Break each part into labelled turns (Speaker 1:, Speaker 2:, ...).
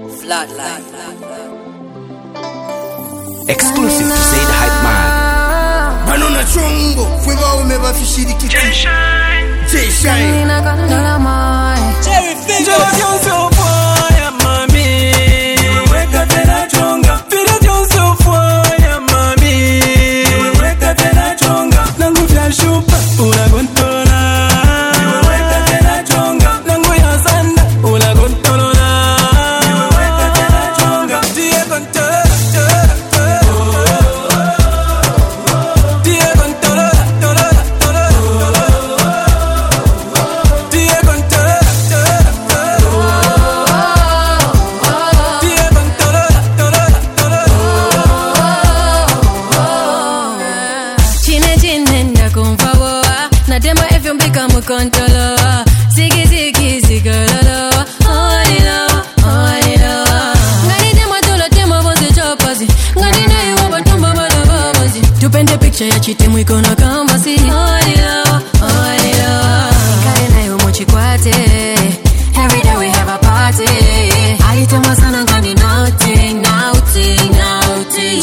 Speaker 1: Bloodline.
Speaker 2: Exclusive to Zaid Hype Man.
Speaker 3: bano na chongo fwe baume bafishiri kiti jeshai
Speaker 4: chine chine ndakumvavowa natema evyo mbika mukontolowa zikiziki zikololowa owalilowa owalilowa nganitemwa tulotemwa vozi chokozi ngandineyiwo vatumba valavovozi tupende picha ya chitimu ikono kambasi owalilowa owalilowa ikale nayo muchikwate Every day we have a party alitemwa sana ngani nauti nauti nauti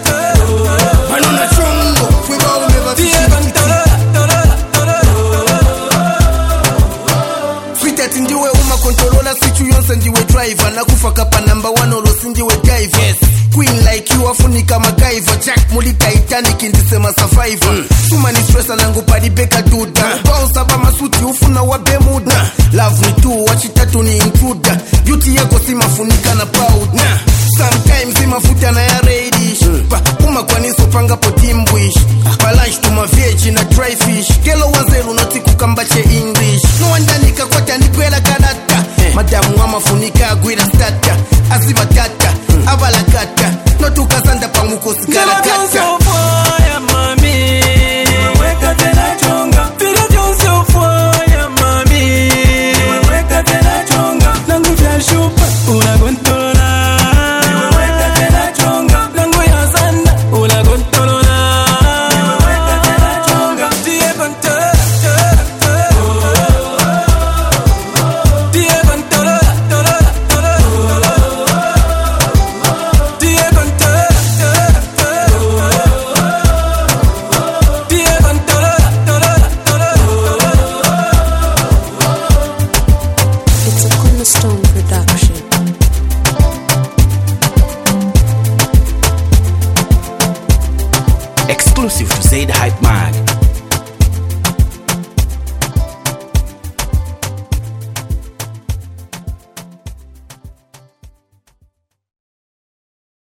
Speaker 3: bano na chongo fwe baume bafishiri kiti fitati ndiwe umakontorola sichu yonse ndiwe driver nakufa kapa namba 1 olosi ndiwe dive yes. queen like you afunika magaiva jack muli titanic ndisema survivor mm. sumani stresa nangu palibeka duda ubaonsa bamasuti ufuna wa bemuda love ni tu wachitatu ni intruda beauty yako si mafunika na powder sometimes si mafuta na ya radish Pa, kuma kwaniso panga potimbwish balansh tumavyechi na dryfish kelo wazelu notikukamba che english nowandani kakwata ndikwela kalata madamu amafunika agwira stata aziva